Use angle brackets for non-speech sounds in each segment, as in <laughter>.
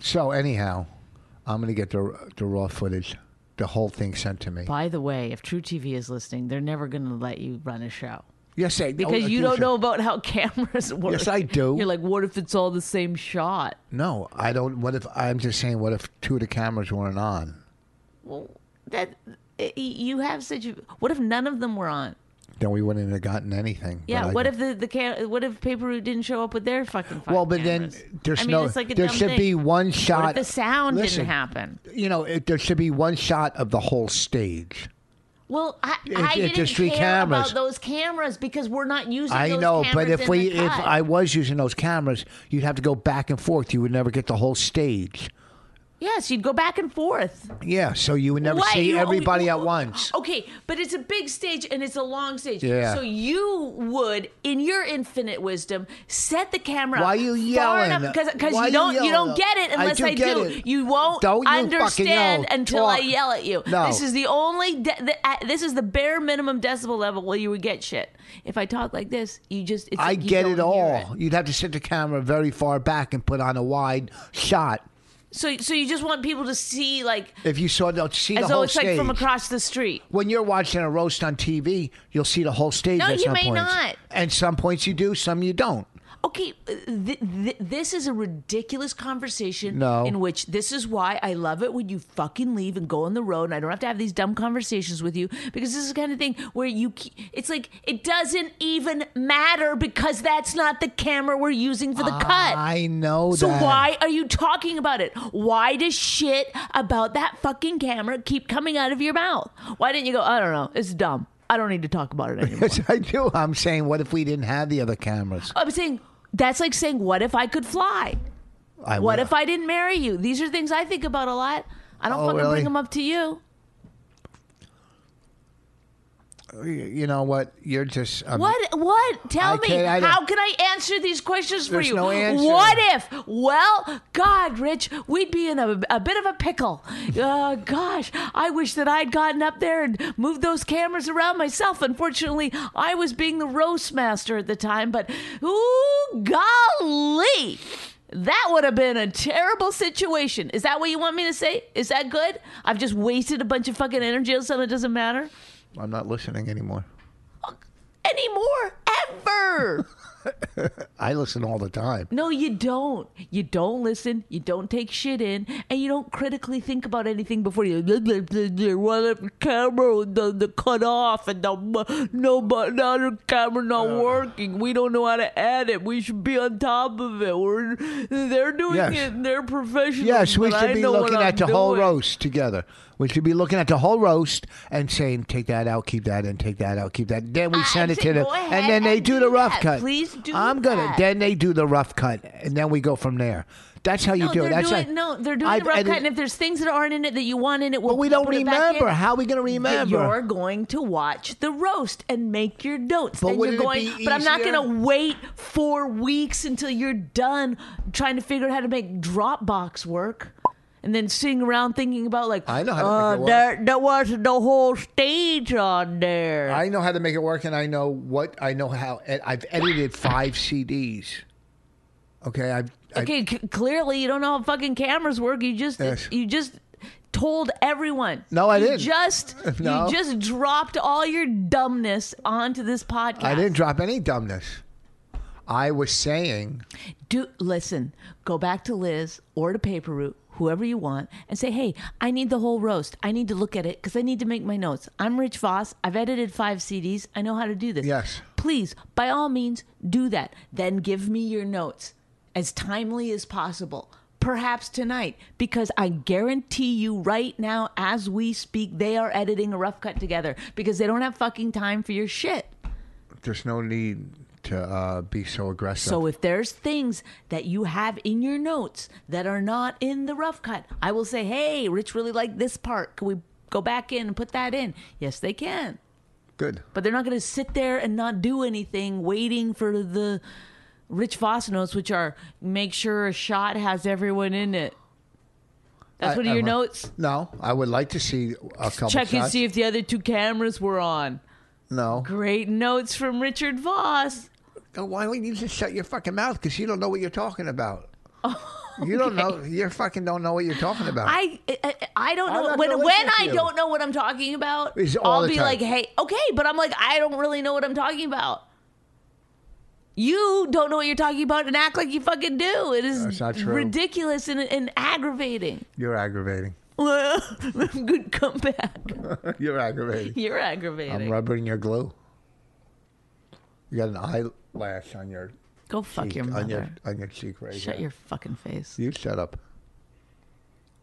So anyhow, I'm going to get the the raw footage, the whole thing sent to me. By the way, if True TV is listening, they're never going to let you run a show Yes, I because oh, you do don't so. know about how <laughs> cameras work. Yes, I do. You're like, what if it's all the same shot? No, I don't. What if I'm just saying? What if two of the cameras weren't on? Well, that y- you have such. a- What if none of them were on? Then we wouldn't have gotten anything. but Yeah. I What don't- if the the cam- What if Paper Root didn't show up with their fucking? five Well, but cameras? then there's I mean, no. It's like a there dumb should thing. be one What shot. if the sound Listen, didn't happen? You know, it, there should be one shot of the whole stage. Well, I, It- I it- didn't there's three care cameras. about those cameras because we're not using. I those know, cameras but if in we, the if cut. I was using those cameras, you'd have to go back and forth. You would never get the whole stage. yes, you'd go back and forth. Yeah, so you would never Why? see You- everybody you- at once. Okay, but it's a big stage and it's a long stage. Yeah. So you would, in your infinite wisdom, set the camera. Why up you far yelling? Because Why you you don't you yelling? don't get it I unless do I, get do. it. You won't Don't you fucking understand yell. until I Talk. yell at you. No. This is the only. De- the, uh, this is the bare minimum decibel level where you would get shit. If I talk like this, you just. It's I like you get don't it hear all. You'd have to set the camera very far back and put on a wide shot. So so you just want people to see like If you saw the see the as though whole it's stage like from across the street. when you're watching a roast on TV, you'll see the whole stage. No, at you some may points. not. And some points you do, some you don't. Okay, th- th- this is a ridiculous conversation. No. In which this is why I love it when you fucking leave and go on the road, and I don't have to have these dumb conversations with you because this is the kind of thing where you. ke- It's like it doesn't even matter because that's not the camera we're using for the cut. I know So that. why are you talking about it? Why does shit about that fucking camera keep coming out of your mouth? Why didn't you go? I don't know. It's dumb. I don't need to talk about it <laughs> anymore. <laughs> Yes, I do. I'm saying, what if we didn't have the other cameras? I'm saying that's like saying, "What if I could fly? I What would- if I didn't marry you?" These are things I think about a lot. I don't Oh, fucking really? bring them up to you. You know what? You're just. um, What? What? Tell I me. can't- I don't- How can I answer these questions for There's you? no answer. What if? Well, God, Rich, we'd be in a, a bit of a pickle. Uh, gosh, I wish that I'd gotten up there and moved those cameras around myself. Unfortunately, I was being the roast master at the time, but ooh, golly. That would have been a terrible situation. Is that what you want me to say? Is that good? I've just wasted a bunch of fucking energy on something that doesn't matter I'm not listening anymore. anymore, ever. I listen all the time. No, you don't. You don't listen. You don't take shit in, and you don't critically think about anything before you. What if the camera the, the cut off and the no, but now the camera not working. We don't know how to edit. We should be on top of it. We're they're doing Yes. it. They're professional. Yes, we but should I be know looking what at I'm the whole doing. roast together. We should be looking at the whole roast and saying, "Take that out, keep that in, take that out, keep that." Then we I send it say to them, go and ahead then they and do do the rough that. cut. Please do I'm gonna. that. Then they do the rough cut, and then we go from there. That's how you No, do they're it. That's doing, like, no, they're doing I've the rough edited- cut, and if there's things that aren't in it that you want in it, we'll but we don't put it back in. remember. How are we gonna that remember? you're going to watch the roast and make your notes. But and wouldn't you're it going, be but I'm not easier? going to wait four weeks until you're done trying to figure out how to make Dropbox work. And then sitting around thinking about like, I know how to uh, make it work." there, there was no whole stage on there. I know how to make it work, and I know what I know how. and I've edited five CDs. Okay, I've. I've okay, c- clearly you don't know how fucking cameras work. You just Yes. you just told everyone. No, I You didn't. <laughs> Just No. you just dropped all your dumbness onto this podcast. I didn't drop any dumbness. I was saying. do listen go back to liz or to paper root whoever you want and say hey i need the whole roast i need to look at it because i need to make my notes i'm rich voss i've edited five cds i know how to do this Yes. please by all means do that then give me your notes as timely as possible perhaps tonight because i guarantee you right now as we speak they are editing a rough cut together because they don't have fucking time for your shit there's no need to uh, be so aggressive. So if there's things that you have in your notes that are not in the rough cut, I will say, "Hey, Rich really liked this part. Can we go back in and put that in?" Yes, they can. good. But they're not going to sit there and not do anything waiting for the Rich Voss notes, which are make sure a shot has everyone in it. That's I- one of I'm- your notes. No, I would like to see a couple. Check e- and shots. see if the other two cameras were on. No. Great notes from Richard Voss. <laughs> Oh, Why don't you just shut your fucking mouth? Because you don't know what you're talking about. You don't know. You fucking don't know what you're talking about. I, I I don't I'm know not when gonna when listen to I you. don't know what I'm talking about. It's all I'll the be time. like, hey, okay, but I'm like, I don't really know what I'm talking about. You don't know what you're talking about and act like you fucking do. It is That's not true. ridiculous and, and aggravating. <laughs> you're aggravating. <laughs> Good comeback. You're aggravating. You're I'm aggravating. rubbing your glue. You got an eyelash on your Go fuck cheek, your on your mother. on your cheek right Shut here. your fucking face. You shut up.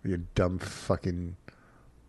You dumb fucking